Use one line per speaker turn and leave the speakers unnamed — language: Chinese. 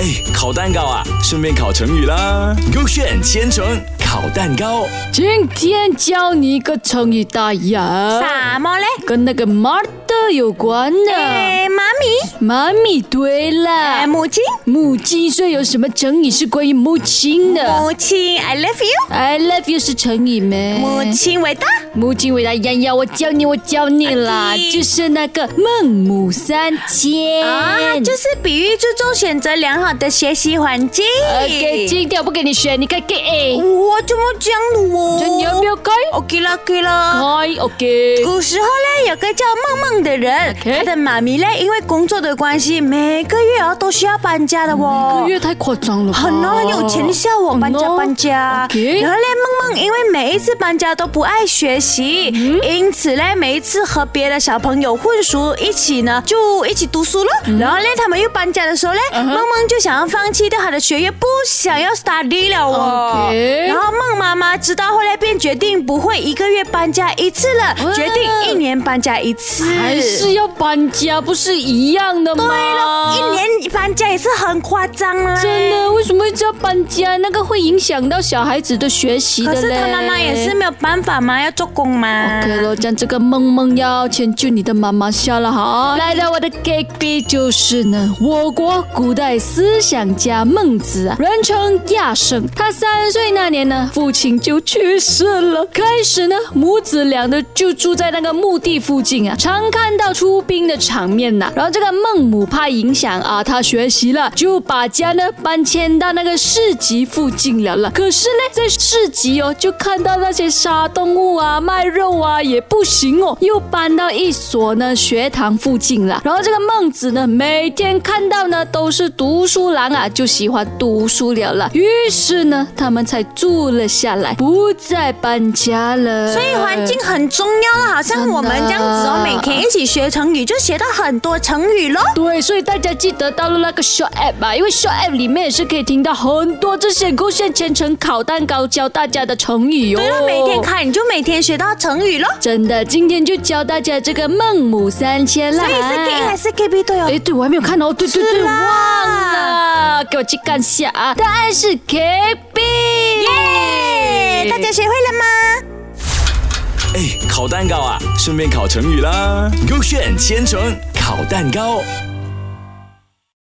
哎，烤蛋糕啊，顺便烤成语啦。勾选千层烤蛋糕，
今天教你一个成语大呀，
什么嘞？
跟那个 Martha 有关的。
哎，妈咪，
妈咪，对
哎，
了，
母亲，
母亲，所以有什么成语是关于母亲的
母亲，I love you，ah.
？I love you 是成语没？
母亲伟大。
母亲伟大呀呀！我教你，我教你啦，
阿弟
就是那个孟母三迁
啊，就是比喻注重选择良好的学习环境。
OK，今天我不给你选，你该给 A。
我怎么讲的哦？哦
这你要不要 Oh. 改？
？OK 啦，OK 啦。
改 OK。
古时候呢，有个叫梦梦的人
OK
他的妈咪呢，因为工作的关系，每个月啊都需要搬家的哦。
这个月哎太夸张了吧，
很哦，很有钱笑我搬家
很哦
搬家。
OK
然后嘞，梦梦因为每一次搬家都不爱学习，
嗯
因此嘞，每一次和别的小朋友混熟一起呢，就一起读书了。
嗯
然后嘞，他们又搬家的时候嘞，梦梦就想要放弃掉她的学业，不想要 study 了哦。
OK
然后梦妈妈知道后来便决定不会一个月搬家一次了，
哇
决定一年搬家一次。
还是要搬家，不是一样的吗？对了
一。年搬家也是很夸张啦。
真的，为什么一直要搬家？那个会影响到小孩子的学习的哦
可是
嘞
他妈妈也是。没有办法嘛，要做工嘛。
OK 咯，这样这个梦梦要迁就你的妈妈笑了哈。来到我的 Gag B 就是呢，我国古代思想家孟子啊，人称亚圣。他三岁那年呢，父亲就去世了。开始呢，母子俩呢就住在那个墓地附近啊，常看到出兵的场面呐、然后这个孟母怕影响啊，他学习了，就把家呢搬迁到那个市集附近了了。可是呢，在市集哦，就看到那些杀动物啊、卖肉啊也不行哦，又搬到一所呢学堂附近了。然后这个孟子呢，每天看到呢都是读书郎啊，就喜欢读书了了。于是呢，他们才住了下来，不再搬家了。
所以环境很重要啦，好像
真的
我们这样子哦，每天一起学成语，就学到很多成语咯。
对，所以大家记得到了那个 Short App 啊，因为 Short App 里面也是可以听到很多这些勾线千层烤蛋糕教大家的成语哦。
对了，每天看你就每天学到成语咯。
真的，今天就教大家这个孟母三迁啦。
所以是 K A 还是 K B 对哦？
哎，对，我还没有看哦，对对对，
是
忘
啦
了，给我去看下啊。答案是 K B。
耶！哎大家学会了吗？
哎，烤蛋糕啊，顺便烤成语啦。勾选千层烤蛋糕。